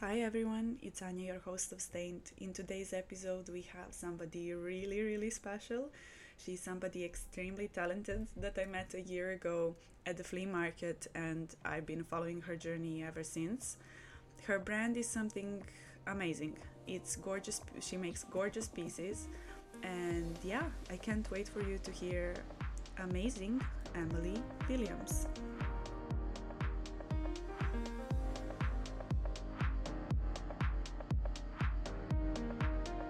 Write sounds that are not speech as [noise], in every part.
Hi everyone, it's Anya, your host of Stained. In today's episode, we have somebody really, really special. She's somebody extremely talented that I met a year ago at the flea market, and I've been following her journey ever since. Her brand is something amazing. It's gorgeous, she makes gorgeous pieces, and yeah, I can't wait for you to hear amazing Emily Williams.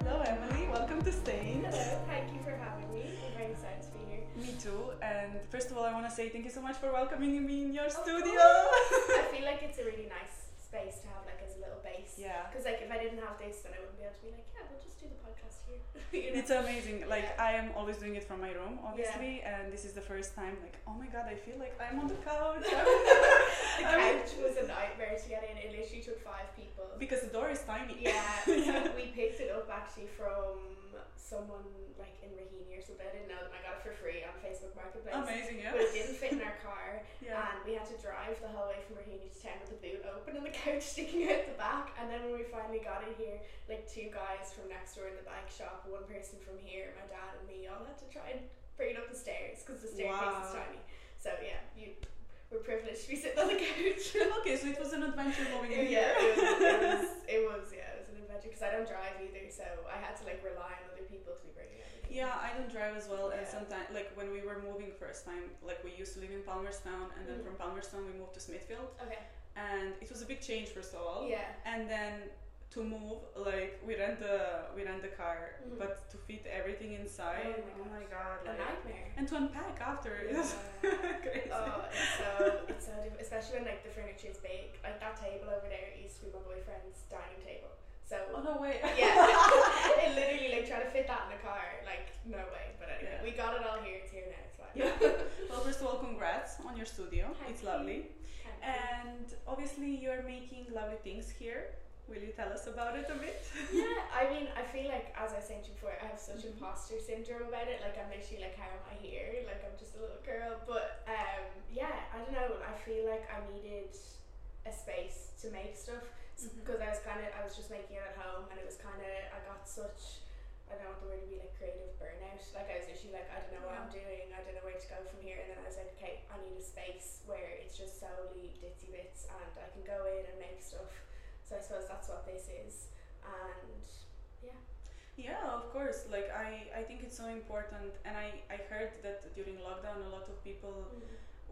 Hello, Emily. Welcome to Stained. Hello, thank you for having me. I'm very excited to be here. Me too. And first of all, I want to say thank you so much for welcoming me in your Of studio. course. I feel like it's a really nice space to have like as a little base. Yeah. Because like if I didn't have this, then I wouldn't be able to be like, yeah, we'll just do the podcast here. [laughs] you know? It's amazing. Like Yeah. I am always doing it from my room, obviously, and this is the first time. Like, oh my god, I feel like I'm on the [laughs] couch. [laughs] the I'm- couch was a nightmare to get in. It literally took five people. because the door is tiny. [laughs] yeah, Yeah. [laughs] So we picked it up actually from someone like in Rahini or something. I didn't know them. I got it for free on Facebook Marketplace. Amazing, yeah. But it didn't fit in our car. Yeah. And we had to drive the whole way from Rahini to town with the boot open and the couch [laughs] sticking out the back. And then when we finally got in here, like two guys from next door in the bike shop, one person from here, my dad and me, all had to try and bring it up the stairs because the staircase is Wow. tiny. So yeah, you we're privileged to be sitting on the [laughs] [laughs] couch. okay, so it was an adventure moving in here. yeah, it was, it was, it was, yeah, it was an adventure because I don't drive either, so I had to like rely on other people to be bringing everything. [laughs] Yeah, I don't drive as well, and Yeah. sometimes, like when we were moving first time, like we used to live in Palmerstown, and then Mhm. from Palmerstown we moved to Smithfield, Okay. and it was a big change first of all. Yeah. and then to move like we rent the we rent the car Mhm. but to fit everything inside Oh my god, A like, nightmare. and to unpack after it is Yeah. [laughs] crazy Oh, [laughs] it's so it's so diff- especially when like the furniture is big. Like that table over there used to be my boyfriend's dining table. So oh no way yeah, [laughs] it literally like trying to fit that in the car, like no way. But anyway, Yeah. we got it all here. It's here now. It's fine. [laughs] [laughs] Yeah. well first of all congrats on your studio Thank it's you. lovely Thank you. and obviously you're making lovely things here will you tell us about it a [laughs] bit yeah, I mean, I feel like as I said to you before, I have such imposter syndrome about it. Like I'm literally like, how am I here? Like I'm just a little girl. But um, yeah, I don't know. I feel like I needed a space to make stuff Mhm. because I was kind of I was just making it at home, and it was kind of I got such. I don't know what the word would be like creative burnout. Like I was literally like I don't know what I'm doing. I don't know where to go from here. And then I was like, okay, I need a space where it's just solely ditzy bits, and I can go in and make stuff. So I suppose that's what this is and Yeah, of course. Like I, I think it's so important, and I, I heard that during lockdown, a lot of people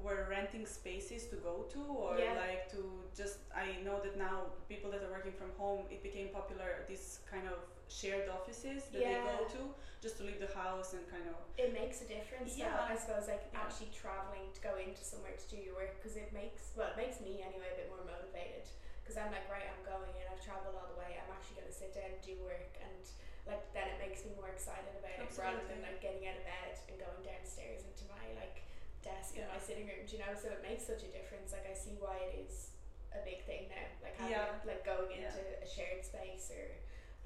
were renting spaces to go to, or Yeah. like to just. I know that now people that are working from home, it became popular these kind of shared offices that they go Yeah. to just to leave the house and kind of it makes a difference yeah Yeah. i suppose like Yeah. actually traveling to go into somewhere to do your work because it makes well it makes me anyway a bit more motivated because i'm like right i'm going and i've traveled all the way i'm actually going to sit down and do work and like then it makes me more excited about it rather Absolutely. than like getting out of bed and going downstairs into my like desk in Yeah. my sitting room do you know so it makes such a difference like i see why it is a big thing now like having Yeah. it, like going Yeah. into a shared space or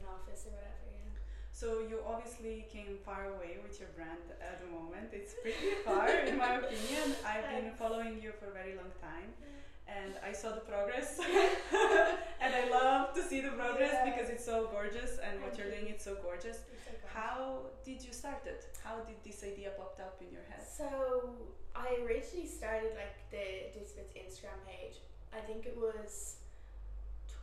an office or whatever yeah So you obviously came far away with your brand at the moment. It's [laughs] pretty far, in my opinion. I've been Thanks. following you for a very long time, and I saw the progress, [laughs] and I love to see the progress Yeah. because it's so gorgeous, and what Thank you're you. doing it's so gorgeous. It's so good. How did you start it? How did this idea popped up in your head? So I originally started like the Disbits Instagram page. I think it was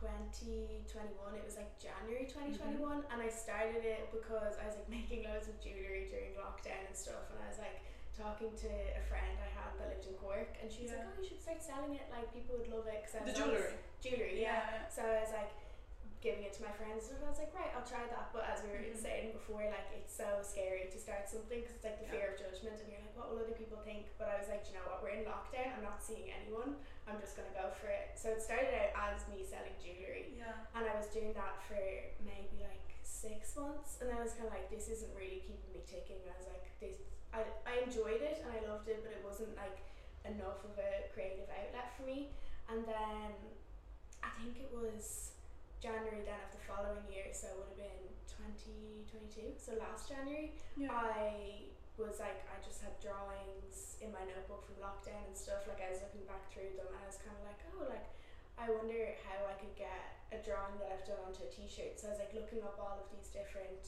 2021. It was like January Mm-hmm. 2021, and I started it because I was like [laughs] making loads of jewelry during lockdown and stuff, and I was like talking to a friend I had that lived in Cork, and she was Yeah. like, "Oh, you should start selling it. Like people would love it." Cause I The was always- jewelry. jewelry, yeah. Yeah. So I was like giving it to my friends, and I was like, right, I'll try that. But as we were Mhm. saying before, like it's so scary to start something because it's like the Yeah. fear of judgment, and you're like, what will other people think? But I was like, "Do you know what, we're in lockdown. I'm not seeing anyone. I'm just gonna go for it. So it started out as me selling jewelry, Yeah. and I was doing that for maybe like six months, and I was kind of like, this isn't really keeping me ticking. I was like, this, I, I enjoyed it and I loved it, but it wasn't like enough of a creative outlet for me. And then I think it was January then of the following year, so it would have been 2022, so last January. Uh, Yeah. I was like, I just had drawings in my notebook from lockdown and stuff. Like, I was looking back through them and I was kind of like, oh, like, I wonder how I could get a drawing I've done onto a t-shirt. So I was like looking up all of these different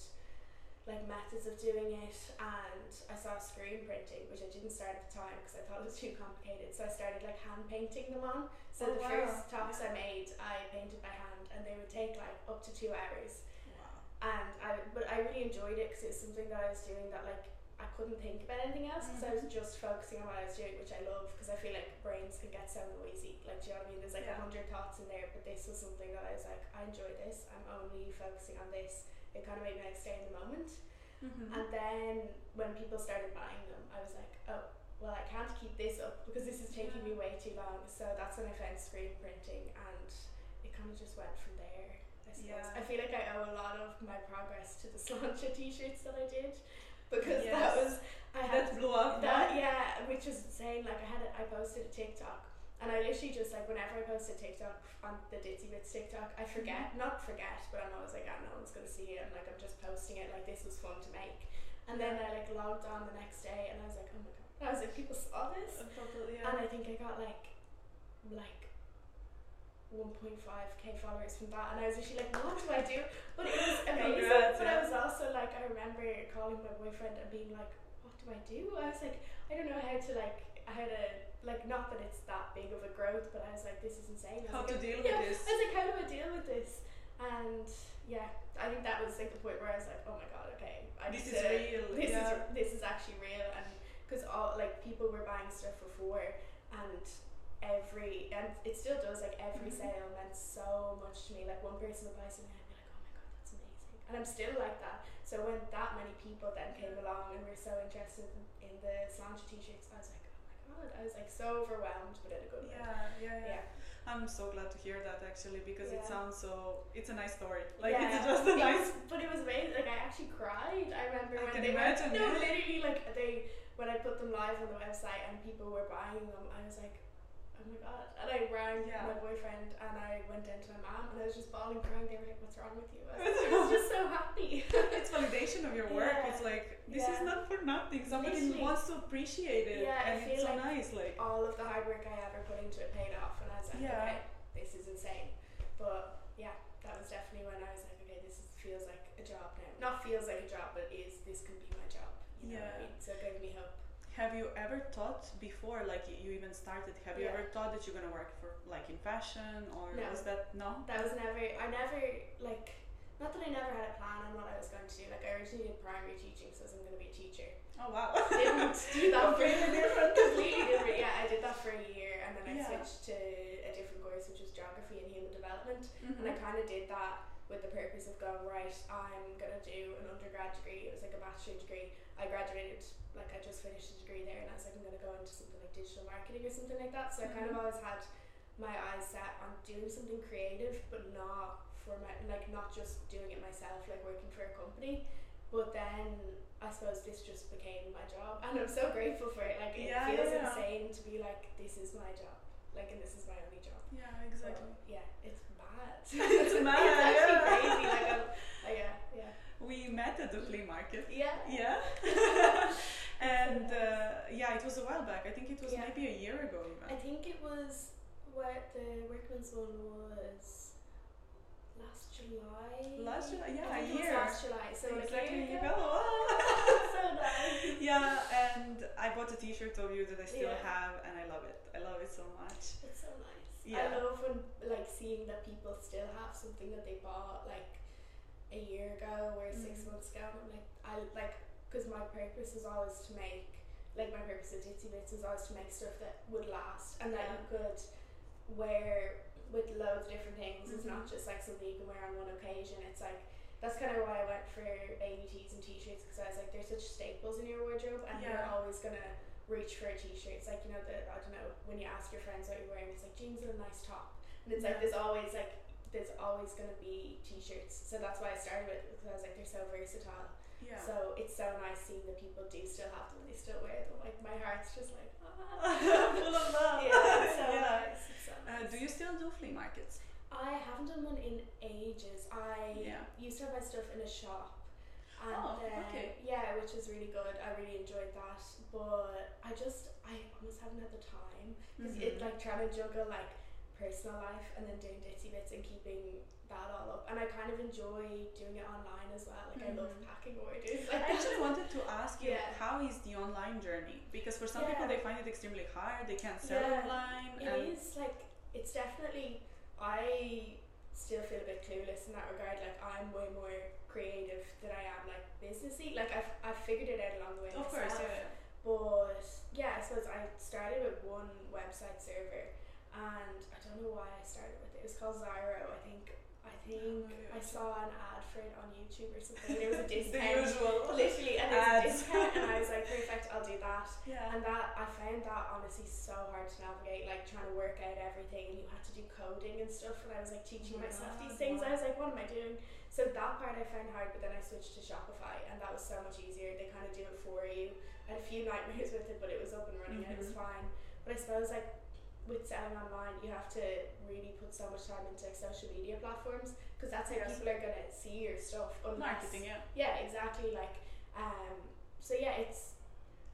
like methods of doing it and I saw screen printing which I didn't start at the time because I thought it was too complicated so I started like hand painting them on so Oh, the wow. first tops I made I painted by hand and they would take like up to two hours Wow. and I but I really enjoyed it because it was something that I was doing that like I couldn't think about anything else because I was just focusing on what I was doing which I love because I feel like brains can get so noisy like do you know what I mean there's like Yeah. a hundred thoughts in there but this was something that I was like I enjoy this I'm only focusing on this it kind of made me like stay in the moment Mm-hmm. and then when people started buying them, I was like, oh, well, I can't keep this up because this is taking me way too long. So that's when I found screen printing, and it kind of just went from there. I suppose. Yeah. I feel like I owe a lot of my progress to the [laughs] slancha t-shirts that I did because that was I had that blew up. that yeah, which is insane. Like I had, a, I posted a TikTok, and I literally just like whenever I post a TikTok on the Ditzy Bits TikTok, I forget, not forget, but I'm always like, oh, no one's gonna see it. I'm like, I'm just posting it. Like this was fun to make, and then I like logged on the next day, and I was like, oh my god, I was like, people saw this, A couple, yeah. and I think I got like, like. 1.5k followers from that, and I was actually like, What do I do? But it [laughs] was amazing. Congrats, but yeah. I was also like, I remember calling my boyfriend and being like, What do I do? I was like, I don't know how to like how to like not that it's that big of a growth, but I was like, this is insane. I was How to like, deal with yeah, this. I was like, how do I deal with this? And yeah, I think that was like the point where I was like, oh my god, okay, I This need is to- real, This yeah. is this is actually real, and because all like people were buying stuff before, and every and it still does like every Mhm. sale meant so much to me. Like one person would buy something, I'd be like, oh my god, that's amazing, and I'm still like that. So when that many people then came along and were so interested in, in the Slancha t-shirts, I was like, oh my god, I was like so overwhelmed, but in a good way. yeah, yeah, yeah. I'm so glad to hear that actually because it Yeah. sounds so. It's a nice story. Like it's Yeah. [laughs] just a It nice. was- but it was amazing. Like I actually cried. I remember I when can they imagine, Went, no, yeah. literally, like they when I put them live on the website and people were buying them, I was like, oh my god! And I rang Yeah. my boyfriend and I went down to my mom and I was just bawling, crying. They were like, "What's wrong with you?" [laughs] I was, like, I was just so happy. It's validation of your work. Yeah. It's like this Yeah. is not for nothing. Somebody Literally. wants to appreciate it, Yeah, I and it's feel so like nice. Like All of the hard work I ever put into it paid off, and I was like, Yeah. okay, this is insane. But yeah, that was definitely when I was like, okay, this is, feels like a job now. Not feels like a job, but is this could be my job. You know what I Yeah. mean? So it gave me hope. Have you ever thought before, like you even started? Have you Yeah. ever thought that you're gonna work for, like in fashion, or No. was that no? That was never, I never, like, not that I never had a plan on what I was going to do. Like, I originally did primary teaching, so I was going to be a teacher. Oh [laughs] wow! [laughs] Didn't do that for Completely different. [laughs] completely [laughs] different. Yeah, I did that for a year, and then I Yeah. switched to a different course, which was geography and human development. And I Mhm. kind of did that with the purpose of going, right, I'm going to do an undergrad degree. It was like a bachelor degree. I graduated, like, I just finished a degree there, and I was like, I'm going to go into something like digital marketing or something like that. So I kind of Mhm. always had my eyes set on doing something creative, but not for my, like, not just doing it myself, like working for a company. But then I suppose this just became my job, and I'm so grateful for it. Like, it Yeah, feels yeah. insane to be like, this is my job, like, and this is my only job. Yeah, exactly. Well, yeah, [laughs] it's mad. It's mad, it's actually yeah. crazy. Like, I'm, uh, yeah, yeah, We met at the flea market. yeah. Yeah, [laughs] [laughs] and uh, yeah, it was a while back. I think it was Yeah. maybe a year ago I even. think it was what the workman's one was last July. Last July, yeah, I a think it was year. last July. So like exactly, a year you [laughs] ago. go. wow. so nice. yeah, and I bought a T-shirt of you that I still Yeah. have, and I love it. I love it so much. It's so nice. Yeah. I love when like seeing that people still have something that they bought like a year ago or six Mhm. months ago. And I'm like I like because my purpose is always to make like my purpose of Ditsy Bits is always to make stuff that would last and that Yeah. you could wear with loads of different things. It's not Mhm. just like something you can wear on one occasion. It's like that's kind of why I went for baby tees and t-shirts because I was like, they're such staples in your wardrobe, and you're Yeah. always gonna reach for a t-shirt. It's like you know the I don't know when you ask your friends what you're wearing, it's like jeans and a nice top, and it's like Yeah. there's always like there's always gonna be t-shirts. So that's why I started with it, because I was like they're so versatile. Yeah. So it's so nice seeing that people do still have them, they still wear them. Like my heart's just like [laughs] ah. [laughs] Full of love. yeah, it's so Yeah. nice. It's so Uh, nice. do you still do flea markets? I haven't done one in ages. I Yeah. used to have my stuff in a shop. And Oh, then, okay. Yeah, which was really good. I really enjoyed that. But I just, I almost haven't had the Mm-hmm. time. 'Cause It, like trying to juggle like personal life and then doing ditzy bits and keeping that all up. And I kind of enjoy doing it online as well. Like I love Mhm. packing orders. I Like that. actually wanted to ask you Yeah. how is the online journey? Because for some Yeah. people they find it extremely hard. They can't sell Yeah. online. and [laughs] It is like it's definitely. I still feel a bit clueless in that regard. Like I'm way more creative than I am like businessy. Like I've I've figured it out along the way. Of course, myself. yeah. But yeah, I suppose I started with one website server, and I don't know why I started with it. It was called Zyro, I think. I think maybe I I saw an ad for it on YouTube or something. There [laughs] was a the discount, usual. literally, and there was a Ads. discount, and I was like, perfect, I'll do that. Yeah. And that I found that honestly so hard to navigate, like trying to work out everything, and you had to do coding and stuff. And I was like teaching Oh my myself God, these things. I wow. was like, what am I doing? So that part I found hard, but then I switched to Shopify, and that was so much easier. They kind of do it for you. I had a few nightmares [laughs] with it, but it was up and running and it Mm-hmm. was fine. But I suppose like with selling online, you have to really put so much time into like social media platforms because that's how Yes. people are gonna see your stuff. Unless, Marketing, yeah. yeah, exactly. Like, um, so yeah, it's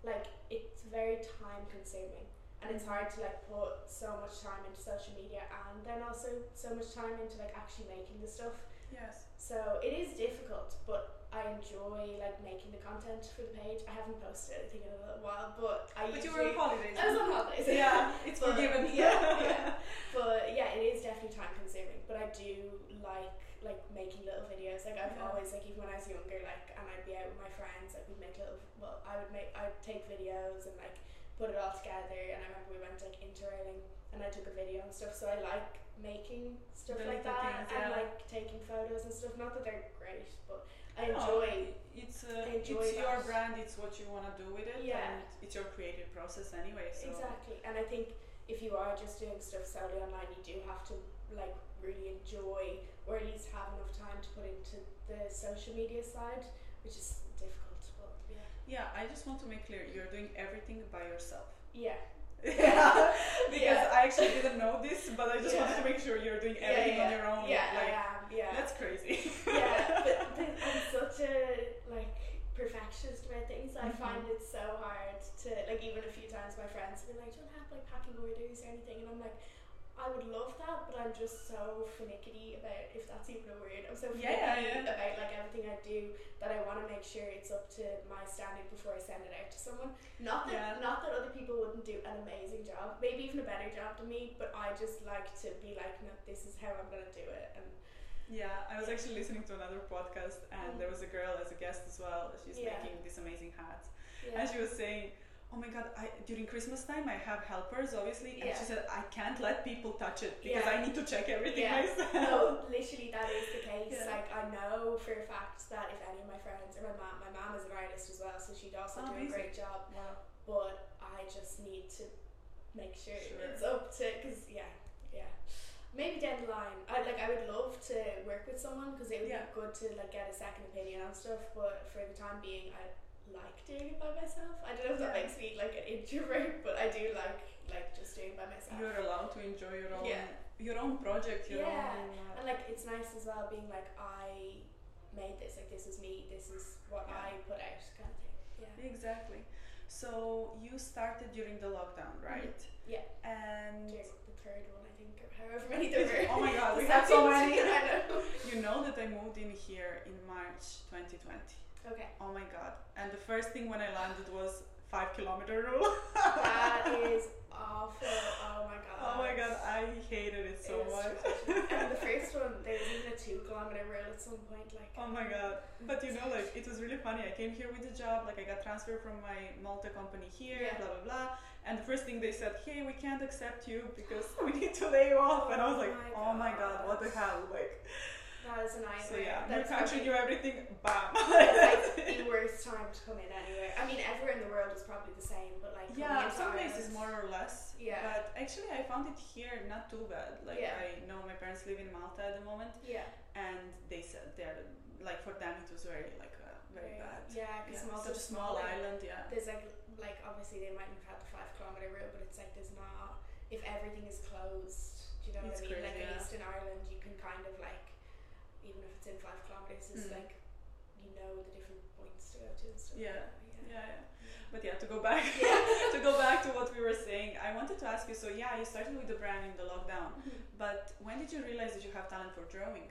like it's very time consuming, and it's hard to like put so much time into social media, and then also so much time into like actually making the stuff. Yes. So it is difficult, but I enjoy like making the content for the page. I haven't posted anything in a little while, but I But you were usually on holidays. I was on holidays. [laughs] [laughs] yeah, it's But- forgiven. [laughs] yeah, yeah. [laughs] But yeah, it is definitely time consuming. But I do like like making little videos. Like I've Yeah. always like even when I was younger, like and I'd be out with my friends, like we'd make little well, I would make I'd take videos and like put it all together and I remember we went like interrailing and I took a video and stuff. So I like making stuff The like little that things, and yeah. like taking photos and stuff. Not that they're great, but I No, enjoy Oh, it's uh, enjoy it's your that. brand. It's what you want to do with it. Yeah. And it's your creative process anyway. So Exactly, and I think if you are just doing stuff solely online, you do have to like really enjoy, or at least have enough time to put into the social media side, which is difficult. But yeah, yeah, I just want to make clear you're doing everything by yourself. yeah, [laughs] because Yeah. I actually didn't know this, but I just Yeah. wanted to make sure you're doing everything yeah, on your own. Yeah, like, I am. Yeah, that's crazy. yeah. [laughs] But, but I'm such a like perfectionist about things. I Mhm. find it so hard to like. Even a few times, my friends have been like, "Don't have like packing orders or anything," and I'm like. I would love that, but I'm just so finicky about if that's even a word. I'm so finicky Yeah, yeah. about like everything I do that I want to make sure it's up to my standard before I send it out to someone. Not that Yeah. not that other people wouldn't do an amazing job, maybe even a better job than me, but I just like to be like, no, this is how I'm gonna do it, and Yeah, I was actually listening to another podcast, and there was a girl as a guest as well. She's Mm. Yeah. making these amazing hats, yeah. and she was saying, "Oh my god, I, during Christmas time I have helpers, obviously." And Yeah. she said, "I can't let people touch it because Yeah. I need to check everything Yeah. Oh. myself." [laughs] No, literally that is the case. Yeah. Like I know for a fact that if any of my friends or my mom, my mom is an artist as well, so she'd also Oh, do a amazing. great job. Wow. But I just need to make sure, Sure. it's up to because yeah, yeah. Maybe down the line, I like I would love to work with someone because it would Yeah. be good to like get a second opinion on stuff. But for the time being, I like doing it by myself. I don't know if that Yeah. makes me like an introvert, but I do like like just doing it by myself. You're allowed to enjoy your own Yeah. your own project, your Yeah. own. uh, And like it's nice as well being like I made this, like this is me, this is what I put out kind of thing. Yeah. Exactly. So you started during the lockdown, right? Mm-hmm. Yeah. And During the third one I think or however many there were. [laughs] Oh my [laughs] God, we The have so second, many. I know. you know that I moved in here in March 2020. Okay. Oh my god. And the first thing when I landed was 5 kilometer rule. That is awful. Oh my god. [laughs] Oh my god, I hated it so It was much. tragic. [laughs] and the first one, there was even a two kilometer rule at some point, like Oh my god. But you know, like, it was really funny. I came here with a job, like, I got transferred from my Malta company here, Yeah. blah, blah, blah. And the first thing they said, hey, we can't accept you because [laughs] we need to lay you off. And I was like, Oh oh my my god, what the gosh. hell? Like, that is a nightmare. so yeah, new That's country, probably- [laughs] new everything, bam. That's [laughs] like the worst time to come in anywhere. I mean, everywhere in the world is probably the same, but like coming yeah, into some Ireland- places more or less. Yeah. But actually, I found it here not too bad. Like, Yeah. I know my parents live in Malta at the moment, Yeah. and they said they're, like, for them, it was very, like, uh, very bad. Yeah, because Yeah, Malta's such a small like, island, yeah. There's like like obviously they mightn't have had the five kilometer rule, but it's like there's not if everything is closed. Do you know It's what I crazy, mean? like at yeah. least in Ireland, you can kind of like even if it's in five kilometers, it's Mm. like you know the different points to go to and stuff. like Yeah. that, Yeah, yeah. But yeah, to go back Yeah. [laughs] to go back to what we were saying, I wanted to Mm-hmm. ask you. So yeah, you started with the brand in the lockdown, but when did you realize that you have talent for drawing?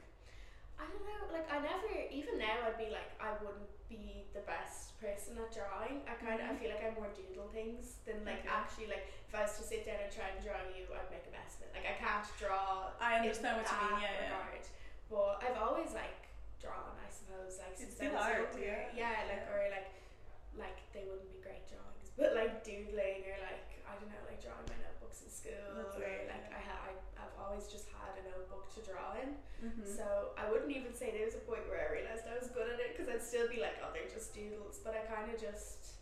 I don't know. Like I never, even now, I'd be like I wouldn't be the best person at drawing. I kind of, I Mhm. feel like I more doodle things than like Okay. actually like if I was to sit down and try and draw you, I'd make a mess of it. Like I can't draw. I in understand what you mean. that Yeah, yeah. regard. But I've always like drawn, I suppose. Like It's since still I was art, younger. yeah. like Yeah. or like like they wouldn't be great drawings, but like doodling or like I don't know, like drawing my notebooks in school That's or right, like yeah. I ha- I I've always just had a notebook to draw in. Mhm. So I wouldn't even say there was a point where I realized I was good at it because I'd still be like, oh, they're just doodles. But I kind of just,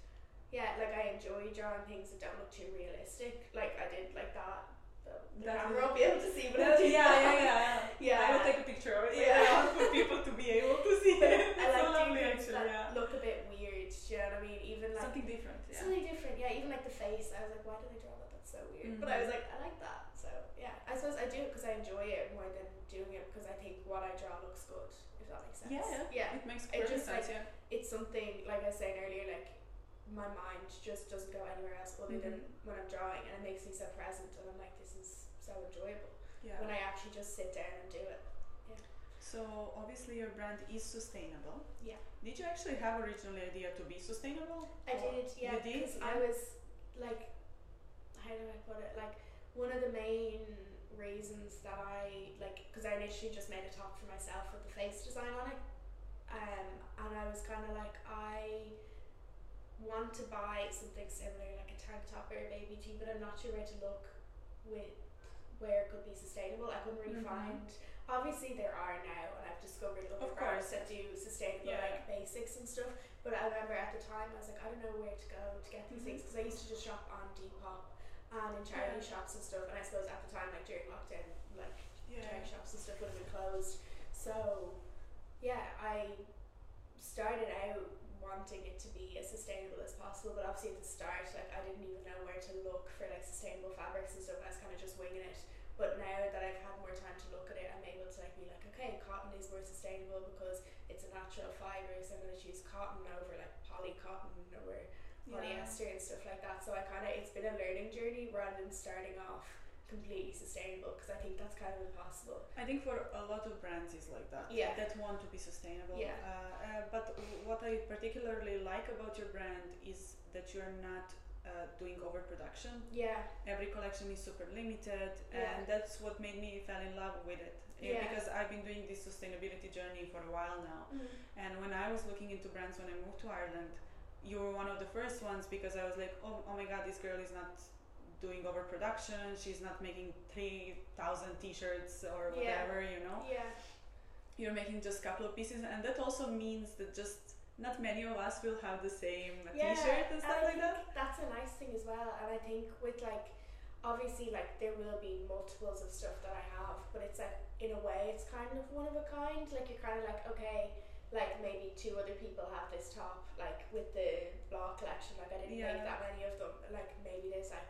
yeah, like I enjoy drawing things that don't look too realistic. Like I did like that. The, the That's camera won't be able to see, but [laughs] I That's- did [laughs] yeah, that. yeah, yeah, Yeah. I will take a picture of it. Yeah, Yeah. I want for people to be able to see But it. It's [laughs] I so like lovely, doing things actually. that Yeah. look a bit weird. Do you know what I mean? Even like Something different. Yeah. something different. Yeah, even like the face. I was like, why did I draw that? That's so weird. But I was Mm-hmm. like, I like that. So yeah, I suppose I do it because I enjoy it more than doing it because I think what I draw looks good. If that makes sense. Yeah, Yeah. It makes perfect just, sense. like, yeah. it's something like I was saying earlier, like my mind just doesn't go anywhere else other than when I'm drawing and it makes me so present and I'm like, this is so enjoyable. Yeah. When I actually just sit down and do it. So obviously your brand is sustainable. Yeah. Did you actually have originally idea to be sustainable? I Or- did, yeah, You did, because I yeah. was like how do I put it? Like one of the main reasons that I like because I initially just made a top for myself with the face design on it. Um and I was kinda like I want to buy something similar, like a tank top or a baby tee, but I'm not sure where to look with where it could be sustainable. I couldn't really Mhm. find obviously there are now and I've discovered a lot Of of brands course. that do sustainable Yeah. like basics and stuff. But I remember at the time I was like, I don't know where to go to get these Mhm. things 'cause things because I used to just shop on Depop um, and in charity Yeah. shops and stuff. And I suppose at the time, like during lockdown, like Yeah. charity shops and stuff would have been closed. So yeah, I started out wanting it to be as sustainable as possible. But obviously at the start, like I didn't even know where to look for like sustainable fabrics and stuff. I was kind of just winging it. But now that I've had more time to look at it, I'm able to like be like, okay, cotton is more sustainable because it's a natural fibre, so I'm gonna choose cotton over like poly cotton or polyester and stuff like that. So I kind of it's been a learning journey rather than starting off completely sustainable because I think that's kind of impossible. I think for a lot of brands is like that. Yeah. That want to be sustainable. Yeah. Uh, uh, but w- what I particularly like about your brand is that you're not uh, doing overproduction. Yeah, Every collection is super limited, Yeah. and that's what made me fell in love with it. Uh, Yeah. Because I've been doing this sustainability journey for a while now, and when I was looking into brands when I moved to Ireland, you were one of the first ones because I was like, oh, oh my god, this girl is not doing overproduction. She's not making 3,000 t shirts or Yeah. whatever, you know? yeah, You're making just a couple of pieces, and that also means that just not many of us will have the same yeah. t shirt and stuff I like that. think That's a nice thing as well, and I think with like. Obviously, like there will be multiples of stuff that I have, but it's like in a way, it's kind of one of a kind. Like you're kind of like, okay, like maybe two other people have this top, like with the blah collection. Like I didn't Yeah. make that many of them. Like maybe there's like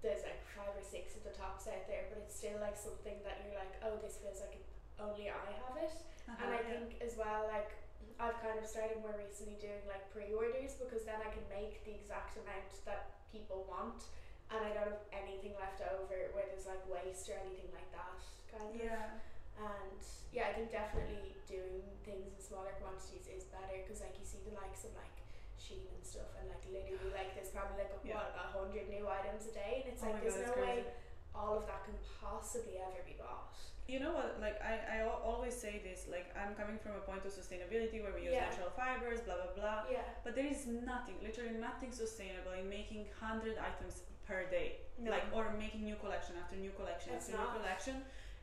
there's like five or six of the tops out there, but it's still like something that you're like, oh, this feels like it- only I have it. And Uh-huh, I yeah. think as well, like I've kind of started more recently doing like pre-orders because then I can make the exact amount that people want, and I don't have anything left over where there's like waste or anything like that. Kind of. Yeah. And yeah, I think definitely doing things in smaller quantities is better because like you see the likes of like Shein and stuff, and like literally like there's probably like Yeah. what a hundred new items a day, and it's Oh my like god, there's it's no crazy. way all of that can possibly ever be bought. You know what? Like I, I al- always say this. Like I'm coming from a point of sustainability where we use Yeah. natural fibers, blah blah blah. Yeah. But there is nothing, literally nothing sustainable in making 100 items per day. Like, or making new collection after new collection It's after not. new collection.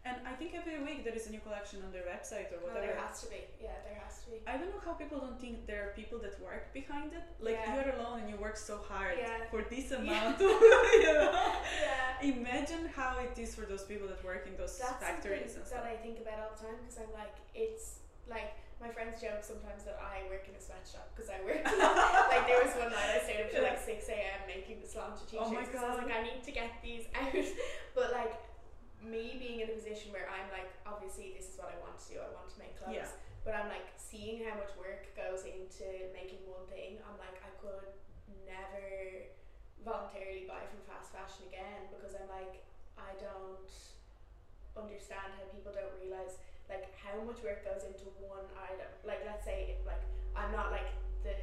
And I think every week there is a new collection on their website or No, there whatever. has to be. Yeah, there has to be. I don't know how people don't think there are people that work behind it. Like, Yeah. you're alone and you work so hard Yeah. for this amount [laughs] of, you know? [laughs] [laughs] Yeah. Imagine how it is for those people that work in those That's factories something and that stuff. I think about all the time because I'm like, it's like my friends joke sometimes that I work in a sweatshop because I work. [laughs] like there was one night I stayed up till like six a.m. making the slanted t-shirts. Oh my 'cause I was God. like, I need to get these out. [laughs] but like me being in a position where I'm like, obviously this is what I want to do. I want to make clothes. Yeah. But I'm like seeing how much work goes into making one thing. I'm like, I could never voluntarily buy from fast fashion again because I'm like, I don't understand how people don't realize like how how much work goes into one item. Like let's say if, like I'm not like the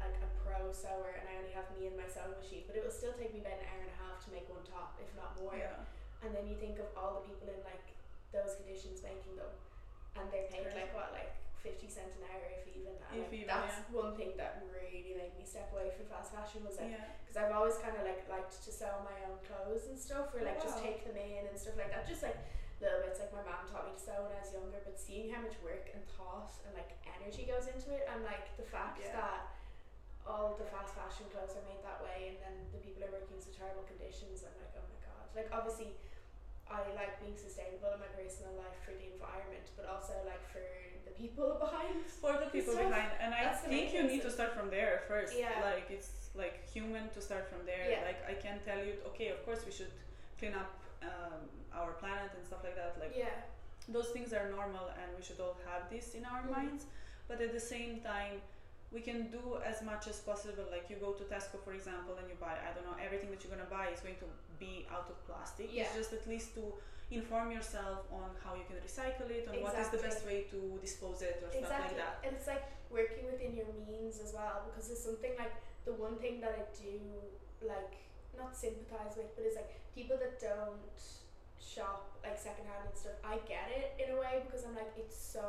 like a pro sewer and I only have me and my sewing machine, but it will still take me about an hour and a half to make one top, if not more. Yeah. And then you think of all the people in like those conditions making them, and they're paid Crazy. like what like fifty cent an hour if even. And, If even, like, that's one thing that really made me step away from fast fashion was like yeah. because I've always kind of like liked to sew my own clothes and stuff, or like Oh, just Wow. take them in and stuff like that. Just like little bits, like my mom taught me to sew when I was younger. But seeing how much work and thought and like energy goes into it, and like the fact Yeah. that all the fast fashion clothes are made that way, and then the people are working in such horrible conditions, I'm like, oh my god. Like obviously, I like being sustainable in my personal life for the environment, but also like for the people [laughs] behind. for the people stuff. behind and i That's the main think you need to reason. start from there first Yeah. like it's like human to start from there Yeah. like i can tell you okay of course we should clean up um, our planet and stuff like that like yeah. those things are normal and we should all have this in our Mhm. minds but at the same time we can do as much as possible like you go to tesco for example and you buy i don't know everything that you're going to buy is going to be out of plastic Yeah. it's just at least to inform yourself on how you can recycle it on what is the Exactly. best way to dispose it or stuff like Exactly. that And it's like working within your means as well because it's something like the one thing that I do like not sympathize with but it's like people that don't shop like secondhand and stuff I get it in a way because I'm like it's so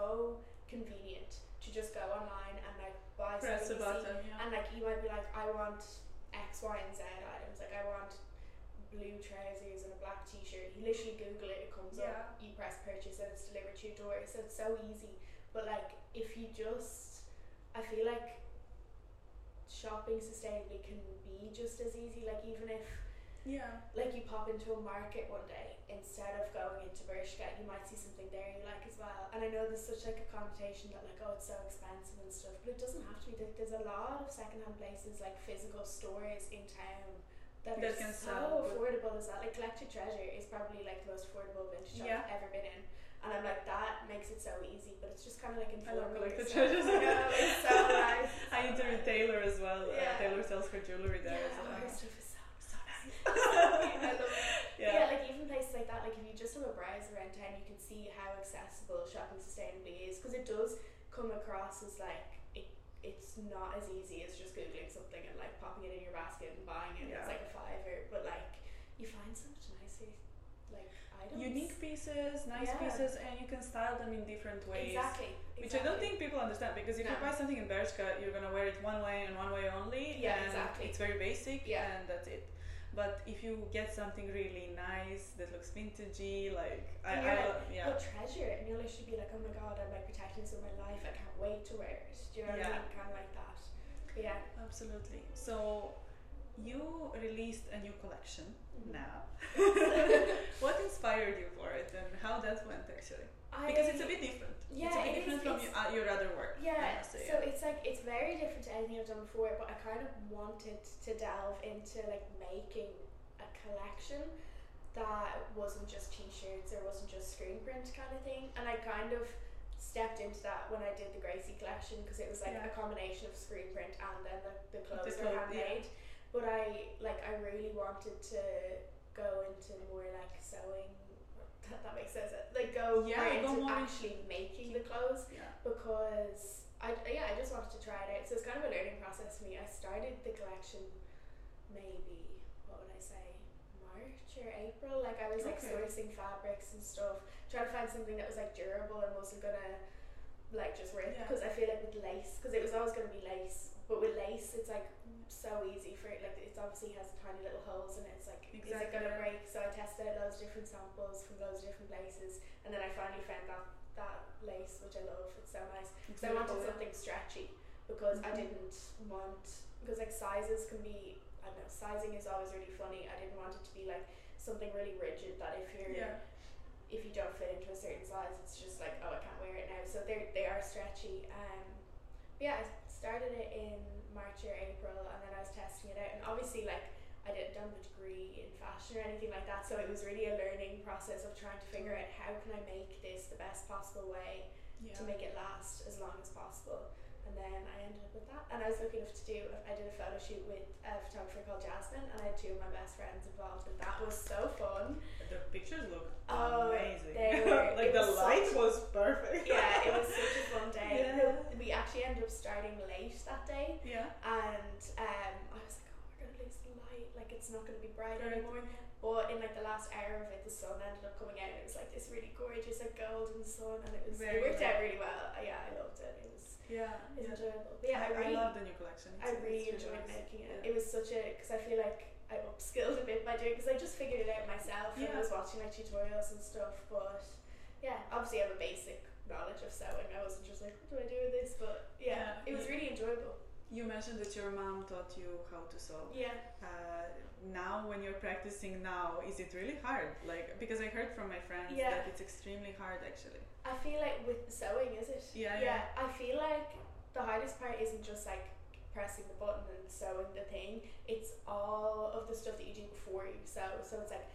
convenient to just go online and like buy press a something you see button yeah. and like you might be like, I want X, Y, and Z items. Like I want blue trousers and a black T-shirt. You literally Google it, it comes up. You press purchase and it's delivered to your door. So it's so easy. But like if you just, I feel like shopping sustainably can be just as easy. Like even if yeah like you pop into a market one day instead of going into Bershka, you might see something there you like as well. And I know there's such like a connotation that like oh it's so expensive and stuff, but it doesn't have to be. Like there's a lot of secondhand places like physical stores in town that, That are can so sell good- affordable as well. Like Collected Treasure is probably like the most affordable vintage shop Yeah. I've ever been in. And I'm like that makes it so easy, but it's just kind of like I love informing collected treasures. yourself. [laughs] I know, it's so nice. [laughs] I need to read Taylor as well. Uh, Yeah. Taylor sells her jewelry there Yeah, as all well. her stuff is so [laughs] so nice. I love it. Yeah. Yeah. like even places like that, like if you just have a browse around town, you can see how accessible shopping sustainably is because it does come across as like it, it's not as easy as just googling something and like popping it in your basket and buying it. Yeah. It's like a fiver, but like you find so much nicer like items. Unique pieces, nice Yeah. pieces, and you can style them in different ways. exactly, exactly. Which I don't think people understand because if you No. buy something in Bershka, you're gonna wear it one way and one way only. Yeah, and exactly. It's very basic, Yeah. and that's it. But if you get something really nice that looks vintagey, like I, And I you're like, love, yeah, But treasure it, and you'll literally be like, oh my god, I'm like protecting this in my life. I can't wait to wear it. Do you know Yeah. what I mean? Kind of like that. But yeah. absolutely. So you released a new collection Mhm. now. [laughs] what inspired you for it, and how that went actually? because it's a bit different. it's Yeah, a bit it is- different from it's- your, uh, your other work. I Yeah, must say, so it's like it's very different to anything I've done before, but I kind of wanted to delve into like making a collection that wasn't just t-shirts or wasn't just screen print kind of thing, and I kind of stepped into that when I did the Gracie collection because it was like Yeah. a combination of screen print and then the, the clothes, clothes yeah. are handmade. But I like I really wanted to go into more like sewing. [laughs] That, that makes sense. Like go Yeah, more go into more into- actually making the clothes yeah. because I yeah I just wanted to try it out. So it's kind of a learning process for me. I started the collection maybe what would I say March or April. Like I was like Okay. sourcing fabrics and stuff, trying to find something that was like durable and wasn't gonna like just rip. Yeah. Because I feel like with lace, because it was always gonna be lace, but with lace it's like so easy for it. Like it obviously has tiny little holes and it's like is it Exactly, gonna yeah. break? So I tested out loads of different samples from loads of different places, and then I finally found that that lace which I love. It's so nice. It's So I wanted beautiful, yeah. something stretchy because I Mhm. didn't want because like sizes can be I don't know sizing is always really funny. I didn't want it to be like something really rigid that if you're Yeah, if you don't fit into a certain size, it's just like, oh, I can't wear it now. So they they are stretchy. Um, but yeah, I started it in March or April, and then I was testing it out. And obviously, like I didn't done a degree in fashion or anything like that, so it was really a learning process of trying to figure out how can I make this the best possible way yeah. to make it last as long as possible. And then I ended up with that. And I was lucky enough to do, I did a photo shoot with a photographer called Jasmine, and I had two of my best friends involved, and that was so fun. the pictures look Oh, amazing. they were- like [laughs] it the was light such- was perfect. [laughs] day, Yeah. and um, I was like, oh, we're gonna lose the light, like it's not gonna be bright Right. anymore. But in like the last hour of it, the sun ended up coming out. and It was like this really gorgeous, like golden sun, and it was Very it worked well. out really well. Uh, Yeah, I loved it. It was Yeah. it was enjoyable. But yeah, I, I really love the new collection. I It's- really it's enjoyed nice. making it. Yeah. It was such a because I feel like I upskilled a bit by doing because I just figured it out myself and Yeah. I was watching like tutorials and stuff. But yeah, obviously I have a basic knowledge of sewing. I wasn't just like, what do I do with this? But yeah, Yeah. it was really enjoyable. You mentioned that your mom taught you how to sew. Yeah, Uh, now, when you're practicing now, is it really hard? Like, because I heard from my friends Yeah. that it's extremely hard, actually. I feel like with the sewing, is it? Yeah, yeah. I feel like the hardest part isn't just like pressing the button and sewing the thing. It's all of the stuff that you do before you sew. So it's like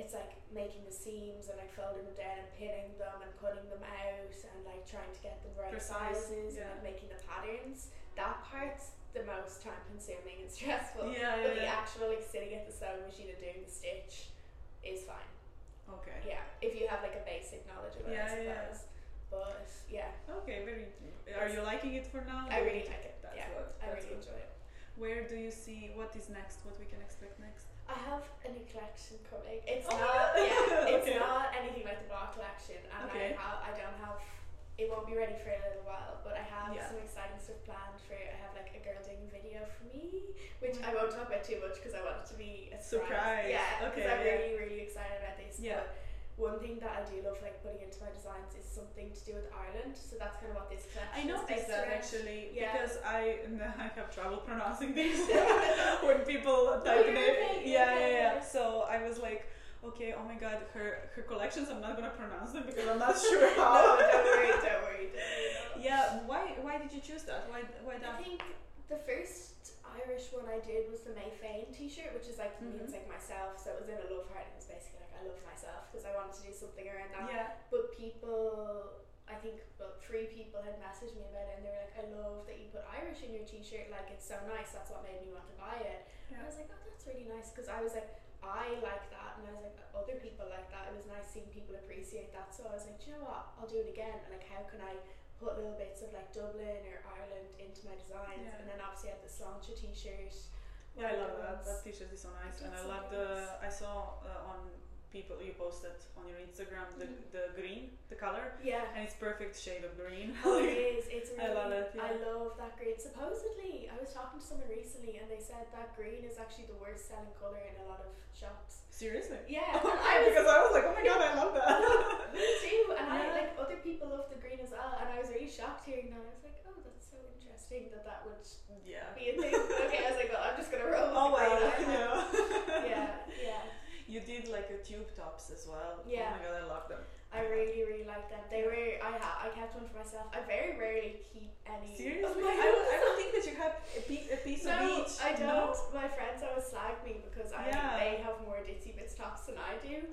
it's like making the seams and like folding them down and pinning them and cutting them out and like trying to get the right Precise, sizes yeah. and like making the patterns. That part's the most time consuming and [laughs] stressful. Yeah, yeah, But the yeah. actual like sitting at the sewing machine and doing the stitch is fine. Okay. Yeah. If you have like a basic knowledge of it, Yeah, I yeah, yeah. suppose. But yeah, Okay, very. Are you liking it for now? I really like it. That's yeah. what. I that's really what. enjoy it. Where do you see what is next? What we can expect next? I have a new collection coming. It's Oh my God. not, [laughs] yeah, it's Okay. not anything like the blog collection, and Okay. I have, I don't have, it won't be ready for a little while. But I have Yeah. some exciting stuff planned for. I have like a girl doing a video for Oh me, which I won't talk about too much because I want it to be a Surprise. surprise. Yeah, Okay, I'm yeah. really really excited about this. Yeah. But one thing that I do love like putting into my designs is something to do with Ireland. So that's kind of what this collection. I is noticed based that around. actually Yeah. because I [laughs] I have trouble pronouncing [laughs] these [laughs] when people type you're it. okay, you're Yeah, yeah, okay. yeah. So I was like, okay, oh my god, her her collections. I'm not gonna pronounce them because I'm [laughs] not sure [laughs] No, how. don't worry, don't worry, don't worry. no. yeah. Why why did you choose that? Why why I that? think the first Irish one I did was the May Fane T-shirt, which is like Mhm. means like myself. So it was in a love heart. It was basically like I love myself because I wanted to do something around that. Yeah. But people, I think, but three people had messaged me about it, and they were like, "I love that you put Irish in your T-shirt. Like it's so nice. That's what made me want to buy it." And I was like, "Oh, that's really nice," because I was like. I like that, and I was like, other people like that. It was nice seeing people appreciate that. So I was like, "Do you know what? I'll do it again. And like, how can I put little bits of like Dublin or Ireland into my designs, Yeah. and then obviously I had the Sláinte t-shirt. Yeah, I one of love that. those. That t-shirt is so nice, It's and I so love the. I saw uh, on people you posted on your Instagram the Mhm. the green, the color, Yeah. and it's perfect shade of green. [laughs] Oh, it is. It's really. I love it, I yeah. love that green. Supposedly, I was talking to someone recently, and they said that green is actually the worst selling color in a lot of shops. Seriously. [laughs] Yeah, and I was because I was like, oh my god, I love that. [laughs] [laughs] me too, and Yeah. I like other people love the green as well, and I was really shocked hearing that. I was like, oh, that's so interesting that that would [laughs] yeah. be a [laughs] thing. okay, I was like, well, I'm just gonna roll. with Oh the well, green I have. yeah. [laughs] Yeah, yeah. You did like a tube tops as well. Yeah. Oh my god, I love them. I really, really like them. They were. I ha- I kept one for myself. I very rarely keep any. Seriously, Of Oh my I, don't, I don't think that you have a piece, a piece no, of each. I don't. No? My friends always slag me because I Yeah. they have more ditzy bits tops than I do. [laughs]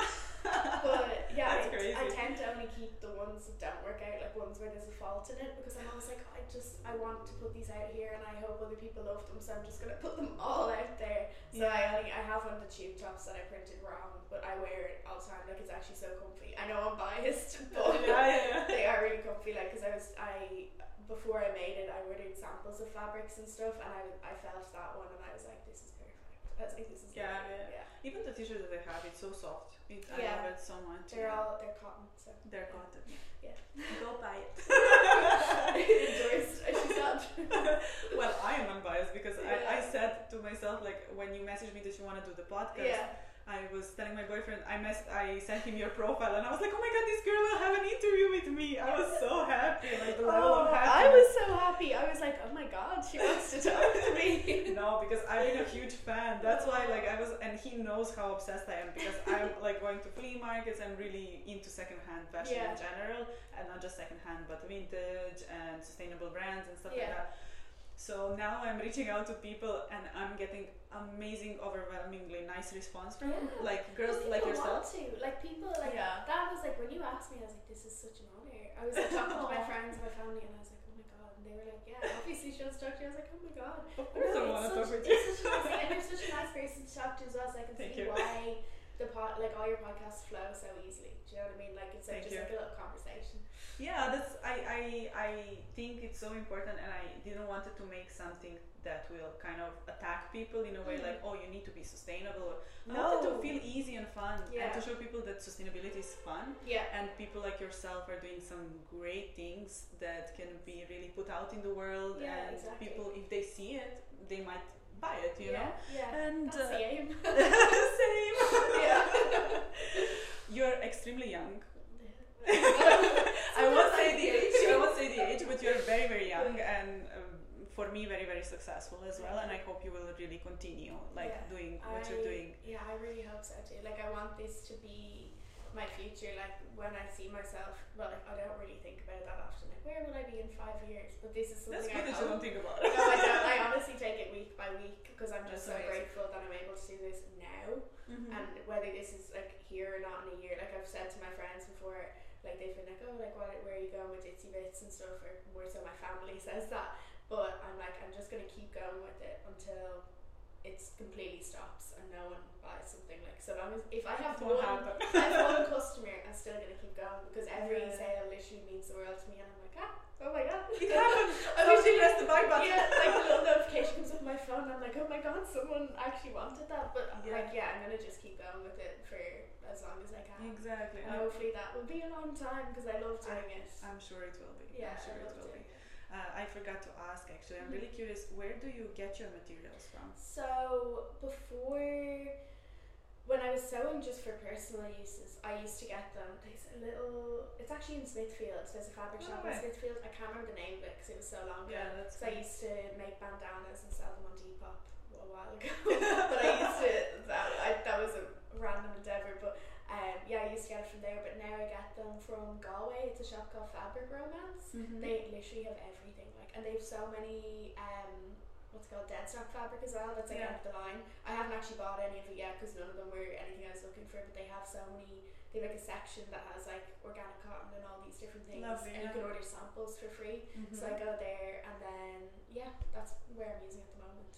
But yeah, That's I, crazy. I tend to only keep the ones that don't work out, like ones where there's a fault in it, because I'm always like, "Oh, I just I want to put these out here, and I hope other people love them, so I'm just gonna put them [laughs] all out there. So Yeah. I only I have one of the tube tops that I printed wrong, but I wear it all the time. Like it's actually so comfy. I know I'm biased, [laughs] but [laughs] yeah, yeah, [laughs] yeah. they are really comfy like because I was I before I made it I ordered samples of fabrics and stuff and I, I felt that one and I was like this is perfect I was like this is Yeah, lovely. yeah. Even the t-shirt that I have, it's so soft. It, I Yeah. love it so much. they're all they're cotton so [laughs] They're cotton. Yeah. [laughs] Go buy it. [laughs] endorsed I should not well, I am unbiased because I, I Yeah. said to myself like when you messaged me that you want to do the podcast, [laughs] [laughs] yeah I was telling my boyfriend I mess I sent him your profile and I was like, oh my god, this girl will have an interview with me. I was so happy, like the level oh of I happiness. was so happy I was like oh my god she wants to talk to [laughs] me No, because I've been a huge fan. That's why, like, I was, and he knows how obsessed I am because [laughs] I'm like going to flea markets. I'm really into secondhand fashion Yeah. in general, and not just secondhand, but vintage and sustainable brands and stuff like Yeah. that. So now I'm reaching out to people, and I'm getting amazing, overwhelmingly nice response from them. Yeah. like girls Well, like people yourself. want to. Like people like Yeah. that was like when you asked me, I was like, This is such an honor. I was like talking to my Aw. friends, my family, and I was like, Oh my god and they were like, Yeah, obviously she wants to talk to you. I was like, Oh my god. Of No, course, I it's want to such- talk with you. it's such a nice- and you're such a nice person to talk to as well, so I can Thank see you. why the pod, like all your podcasts flow so easily. Do you know what I mean? Like it's Thank like just you. like a little conversation. Yeah, that's I, I I I think it's so important, and I didn't want it to make something that will kind of attack people in a way Mhm. like, oh, you need to be sustainable. Or, I No. wanted to feel e-, easy and fun, and Yeah. to show people that sustainability is fun, Yeah. and people like yourself are doing some great things that can be really put out in the world, Yeah, and exactly. people, if they see it, they might buy it, you yeah. know. Yeah. And uh, That's the aim. [laughs] same. Yeah. You're extremely [laughs] young. I Sometimes won't I say the do. age. I won't say the age, but you're very, very young, and um, for me, very, very successful as well. And I hope you will really continue like Yeah. doing I, what you're doing. Yeah, I really hope so too. Like, I want this to be my future. Like, when I see myself, well, like, I don't really think about it that often. Like, where will I be in five years? But this is something That's good I that you hope. don't think about. no, it. [laughs] I don't. I honestly take it week by week because I'm just That's so amazing. grateful that I'm able to do this now. Mhm. And whether this is like here or not in a year, like I've said to my friends before, like they've been like, oh, like what, where are you going with ditzy bits and stuff, or more so my family [laughs] says that. But I'm like, I'm just gonna keep going with it until it's completely stops and no one buys something. Like so long as if I have It won't one, happen. if [laughs] I have one customer, I'm still gonna keep going because every Yeah. sale literally means the world to me, and I'm like, ah, oh my god, [laughs] [laughs] [laughs] It happened. I Don't literally- press the buy button. Yeah, like the [laughs] little notification comes up on my phone. I'm like, oh my god, someone actually wanted that. But I'm Yeah. like, yeah, I'm gonna just keep going with it for as long as I can. Exactly. And hopefully that will be a long time because I love doing it. I'm sure it will be. yeah, I'm sure it I Mm-hmm. love will be. doing it. Uh, I forgot to ask actually. I'm really curious. Where do you get your materials from? So before, when I was sewing just for personal uses, I used to get them. There's a little. It's actually in Smithfield. There's a fabric shop Oh, in right. Smithfield. I can't remember the name of it because it was so long ago. Yeah, that's So I used to make bandanas and sell them on Depop a while [laughs] ago. but I used to that I, that was a random endeavor. But um, yeah, I used to get it from there. But now I get them from Galway. It's a shop called Fabric Romance. Mhm. They literally have everything. Like, and they have so many. Um, What's it called dead stock fabric as well? That's like Yeah. out of the line. I haven't actually bought any of it yet because none of them were anything I was looking for. But they have so many. They have like a section that has like organic cotton and all these different things, Lovely, and yeah. you can order samples for free. So I Mhm. go there, and then yeah, that's where I'm using at the moment.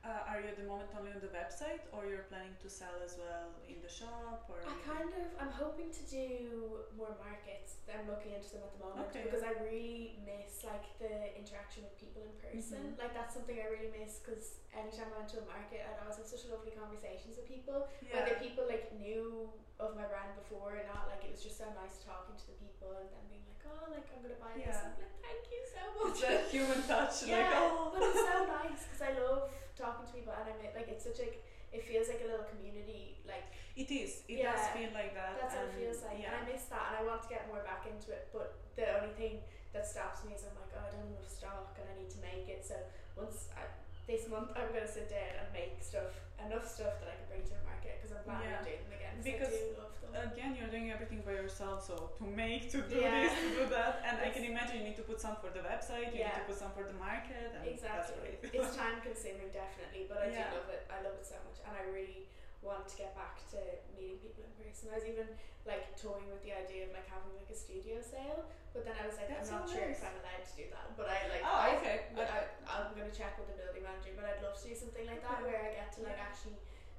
Uh, are you at the moment only on the website, or you're planning to sell as well in the shop? Or I [laughs] kind of I'm hoping to do more markets. I'm looking into them at the moment Okay. because I really miss like the interaction with people in person. Mm-hmm. Like that's something I really miss because anytime I went to a market, I'd always have such lovely conversations with people. yeah. Whether people like knew of my brand before or not, like it was just so nice talking to the people and then being like, oh, like I'm gonna buy this. Yeah. I'm like, thank you so much. it's that human [laughs] touch, Yeah, like oh, but it's so nice because I love talking to people, and I mean, like it's such like it feels like a little community. Like [laughs] it is. It does Yeah. feel like that. that's what it and feels Um, like, Yeah. and I miss that, and I want to get more back into it. But the only thing that stops me is I'm like, oh, I don't have enough stock, and I need to make it. So once I, this month, I'm gonna sit down and make stuff, enough stuff that I can bring to the market because I'm planning on Yeah. doing them again. 'cause Because, I do love them. Again, you're doing everything by yourself, so to make, to do Yeah. this, to do that, and I It's- can imagine you need to put some for the website, you need Yeah. to put some for the market, and that's Exactly. great. [laughs] it's time consuming, definitely, but I Yeah. do love it. I love it so much, and I really want to get back to meeting people in person. I was even like toying with the idea of like having like a studio sale, but then I was like, That's I'm not so sure nice. if I'm allowed to do that. But I like, Oh, I, okay. But I, I'm gonna check with the building manager, but I'd love to do something like that Okay. where I get to like Yeah. actually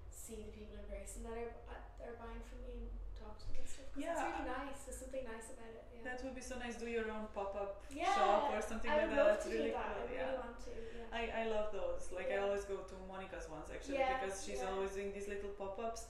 see the people in person that are uh, that are buying from me and talk to them and stuff. 'cause it's Yeah. really nice. There's something nice about it. Yeah. That would be so nice. Do your own pop-up Yeah, shop or something I like would that. love That's to really do that. cool. I yeah. really want to. Yeah. I, I love those. Like I Yeah. always go to Monica's ones actually Yeah, because she's yeah. always doing these little pop-ups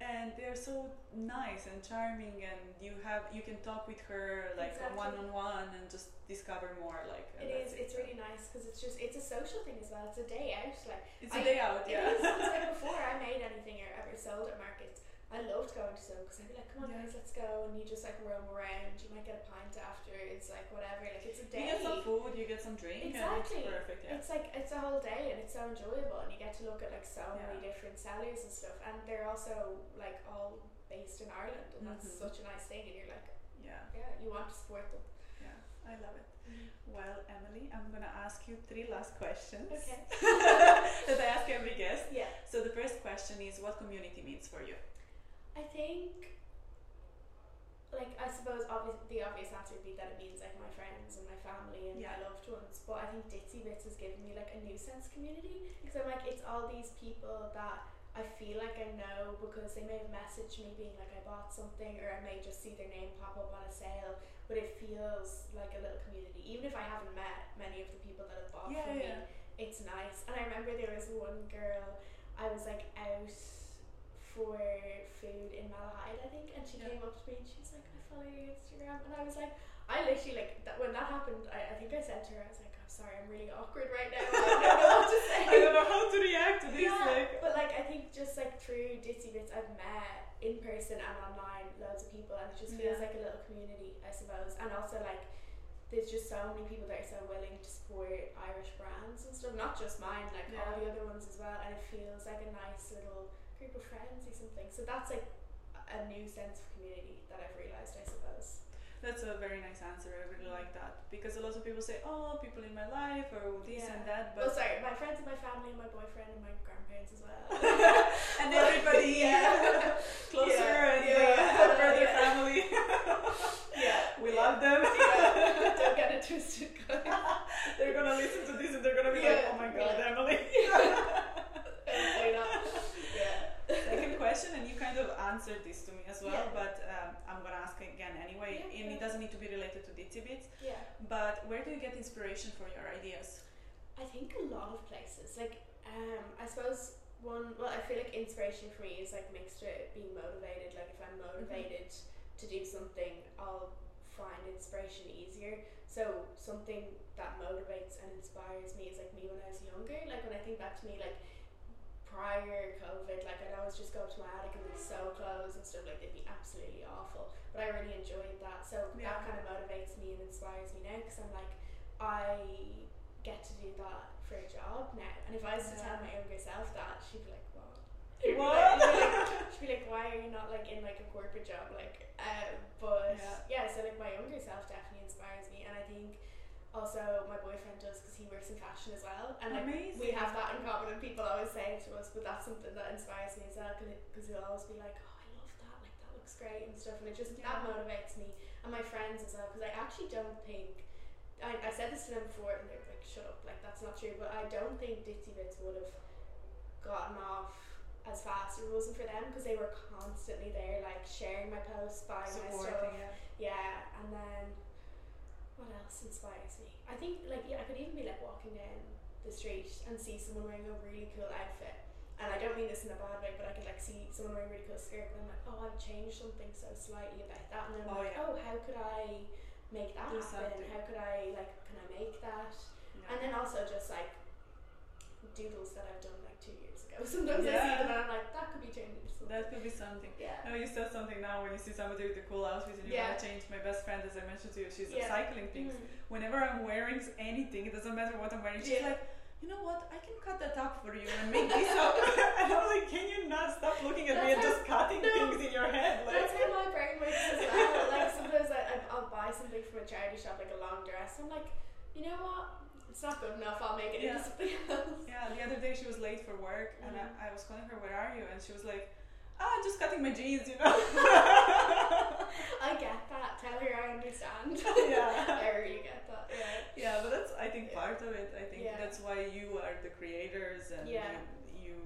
and they're so nice and charming and you have you can talk with her like Exactly. one on one and just discover more like and It that's is. It's really nice because it's just it's a social thing as well. It's a day out. Like It's a I- day out, it yeah. [laughs] is, it's like before I made anything or ever sold at markets, I loved going to some because I'd be like, come on Yeah. guys, let's go, and you just like roam around. You might get a pint after. It's like whatever. Like it's a you day. get some food, you get some drink Exactly. and it's perfect, yeah. It's like it's a whole day and it's so enjoyable and you get to look at like so many Yeah. different sellers and stuff and they're also like all based in Ireland and that's Mhm. such a nice thing and you're like yeah, yeah you want to support them yeah. I love it. Mm-hmm. Well, Emily, I'm gonna ask you three last questions okay [laughs] that I ask every guest. yeah So the first question is what community means for you? [laughs] I think, like, I suppose obvious, the obvious answer would be that it means like my friends and my family and Yeah. my loved ones. But I think Ditzy Bits has given me like a new sense of community because I'm like, it's all these people that I feel like I know because they may have messaged me being like, I bought something, or I may just see their name pop up on a sale, but it feels like a little community. Even if I haven't met many of the people that have bought Yeah, from yeah. me, it's nice. And I remember there was one girl, I was like out for food in Malahide, I think, and she Yeah. came up to me and she was like, I follow your Instagram. And I was like, I literally, like, that, when that happened, I, I think I said to her, I was like, I'm sorry, I'm really awkward right now. I don't know what [laughs] to say. I don't know how to react to this. Yeah, Like, but like I think just like through Ditzy Bits, I've met in person and online loads of people, and it just feels Yeah. like a little community, I suppose. And also like there's just so many people that are so willing to support Irish brands and stuff, not just mine, like Yeah. all the other ones as well. And it feels like a nice little group of friends or something. So that's like a new sense of community that I've realized, I suppose. that's a very nice answer. I really like that because a lot of people say, "Oh, people in my life," or this Mm. Yeah. and that, [laughs] but Well, Oh, sorry, my friends and my family and my boyfriend and my grandparents as well. [laughs] and everybody Yeah. closer Yeah, and yeah, uh, yeah. further [laughs] Yeah. family. yeah, We love [laughs] them. Yeah, don't get it twisted, guys. [laughs] they're gonna listen to this and they're gonna be like, Yeah. "Oh my God, Yeah. [laughs] Emily." Why not? Yeah. Second question, and you kind of answered this to me as well, Yeah. but um, I'm gonna ask again anyway, Yeah, and yeah. it doesn't need to be related to Ditsy Bits. Yeah. But where do you get inspiration for your ideas? I think a lot of places. Like, um, I suppose one. Well, I feel like inspiration for me is like mixed with being motivated. Like, if I'm motivated to do something, I'll find inspiration easier. So something that motivates and inspires me is like me when I was younger. Like when I think back to me, like prior COVID, like I'd always just go up to my attic and be so clothes and stuff. Like they'd be absolutely awful, but I really enjoyed that. So Yeah. that kind of motivates me and inspires me now because I'm like I get to do that for a job now. And if I was to tell my younger self that, she'd be like, "What?" She'd be like- she'd be like- [laughs] She'd be like, "Why are you not like in like a corporate job?" Like, uh, but yeah. So like my younger self definitely inspires me, and I think also my boyfriend does because he works in fashion as well, and like we Amazing. have that in common. And people always say it to us, but that's something that inspires me as well because he'll always be like, "Oh, I love that! Like that looks great and stuff," and it just that Yeah. motivates me and my friends as well because I actually don't think. I, I said this to them before and they're like, shut up, like that's not true. But I don't think Dixie Bits would have gotten off as fast if it wasn't for them because they were constantly there, like sharing my posts, buying my stuff. Supporting. yeah. Yeah, and then what else inspires me? I think like yeah, I could even be like walking down the street and see someone wearing a really cool outfit. And I don't mean this in a bad way, but I could like see someone wearing a really cool skirt and I'm like, Oh, I've changed something so slightly about that and then I'm Oh, like, yeah. Oh, how could I make that Do happen? something. How could I like can I make that? And then also just like doodles that I've done like two years ago. [laughs] Sometimes I see Yeah. them and I'm like, that could be turned into something. that could be something. Yeah. No, you said something now when you see somebody with a cool outfit and you Yeah. want to change. My best friend, as I mentioned to you, she's Yeah. recycling things. Mm. Whenever I'm wearing anything, it doesn't matter what I'm wearing. She's Yeah. like, you know what? I can cut that up for you and make this up. [laughs] and I'm like, can you not stop looking at me and That's just cutting no. things in your head? Like, That's how my brain works as well. Like sometimes I, I- I'll buy something from a charity shop, like a long dress. and I'm like, you know what? It's not good enough. I'll make it Yeah. into something else. Yeah, the other day she was late for work and Mhm. I, I was calling her, Where are you? And she was like, Ah, just cutting my jeans, you [laughs] know? [laughs] [laughs] I get that. Tell her I [laughs] understand. [laughs] Yeah. I really get that. Yeah. yeah, but that's, I think, part of it. I think Yeah. that's why you are the creators and Yeah. you,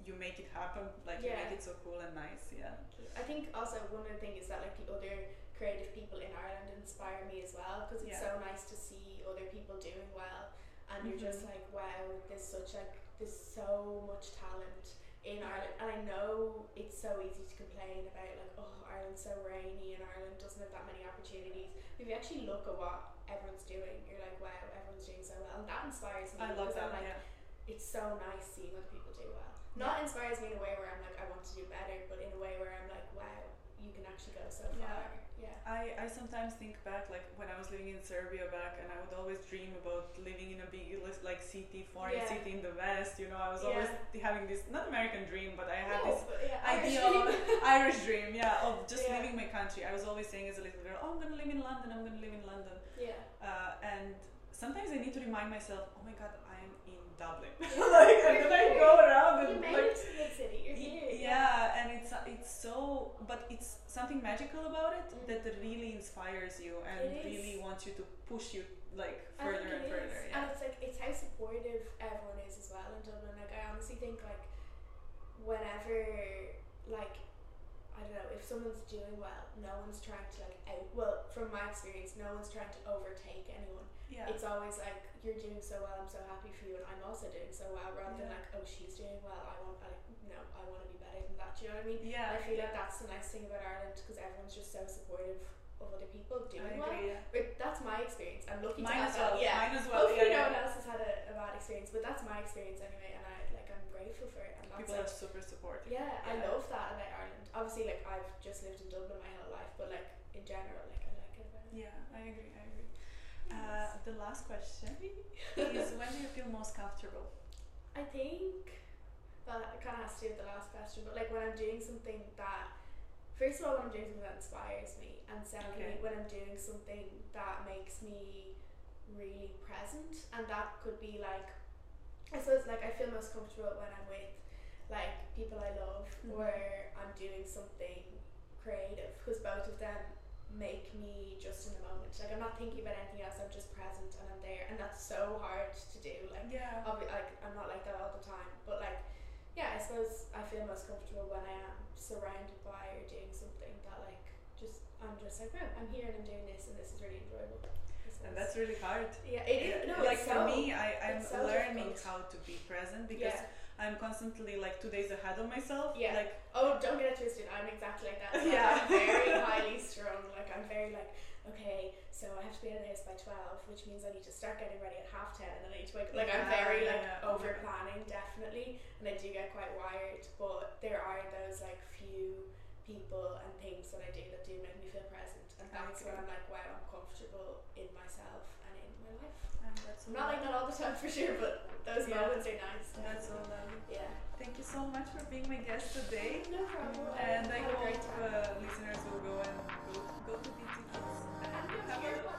you, you make it happen. Like, you Yeah. make it so cool and nice, yeah. I think also one other thing is that like the other creative people in Ireland inspire me as well because it's so nice to see other people doing well and you're just Mhm. like wow there's such like there's so much talent in Ireland and I know it's so easy to complain about like oh Ireland's so rainy and Ireland doesn't have that many opportunities but if you actually look at what everyone's doing you're like wow everyone's doing so well and that inspires me I love because I'm that, like, yeah. it's so nice seeing other people do well. Not inspires me in a way where I'm like, I want to do better, but in a way where I'm like, wow, you can actually go so Yeah. far. Yeah. I, I sometimes think back, like when I was living in Serbia back, and I would always dream about living in a big, like, city, foreign Yeah. city in the West, you know? I was always having this, not American dream, but I had this No, but yeah, ideal [laughs] [laughs] Irish. Irish dream, yeah, of just Yeah. leaving my country. I was always saying as a little girl, oh, I'm gonna live in London, I'm gonna live in London. yeah. Uh, and sometimes I need to remind myself, oh my god, I'm in Dublin. [laughs] Yeah. like, and then I go around You and made like. it to the city. You're here. Yeah, and it's it's so, but it's something magical about it Mm. that really inspires you and It is. really wants you to push you like I further think and it further. is. Yeah. And it's like it's how supportive everyone is as well in Dublin. Like I honestly think like whenever like I don't know, if someone's doing well, no one's trying to like out well, from my experience, no one's trying to overtake anyone. Yeah. It's always like you're doing so well, I'm so happy for you and I'm also doing so well rather than Yeah. like, oh she's doing well, I want like no, I want to be better than that. Do you know what I mean? yeah. I feel yeah. like that's the nice thing about Ireland because everyone's just so supportive of other people I doing well. agree. yeah. But that's my experience. I'm lucky Mine to have as well. that. Yeah. Mine as well. Hopefully yeah, no one yeah. else has had a, a bad experience, but that's my experience anyway, and I like I'm grateful for it. And that's People like, are super supportive. yeah, I Yeah. love that about Ireland. Obviously, like I've just lived in Dublin my whole life, but like in general, like I like it about it. Yeah, I agree. I agree. Uh, the last [laughs] question is when do you feel most comfortable? I think well, it kind of has to do with the last question, but like when I'm doing something that, first of all, when I'm doing something that inspires me, and Okay. secondly, when I'm doing something that makes me really present, and that could be like, I suppose like I feel most comfortable when I'm with like people I love, Mhm. or I'm doing something creative, because both of them make me just in the moment. Like I'm not thinking about anything else. I'm just present and I'm there, and that's so hard to do. Like Yeah. I'll be, like I'm not like that all the time, but like yeah, I suppose I feel most comfortable when I am surrounded by or doing something that like just I'm just like wow, I'm here and I'm doing this and this is really enjoyable. I And suppose. that's really hard. yeah, it is no like it's for so, me, I, I'm it's so learning how difficult. to be present because yeah. I'm constantly like two days ahead of myself. Yeah. Like Oh, don't get it twisted. I'm exactly like that. as well. Yeah. I'm very highly strung. Like I'm very like okay, so I have to be out of this by twelve, which means I need to start getting ready at half ten, and then I need to wake. Like I'm Yeah, very like yeah, yeah. over planning definitely, and I do get quite wired. But there are those like few people and things that I do that do make me feel present, and I that's when I'm like wow, I'm comfortable in myself and in my life. and that's I'm all. not like that all the time for sure, but those Yeah. moments are nice. [laughs] That's all. Lovely. Yeah. Thank you so much for being my guest today. Oh, No problem. And I Have a hope great time. uh, listeners will go and go, go to BT Kids and have a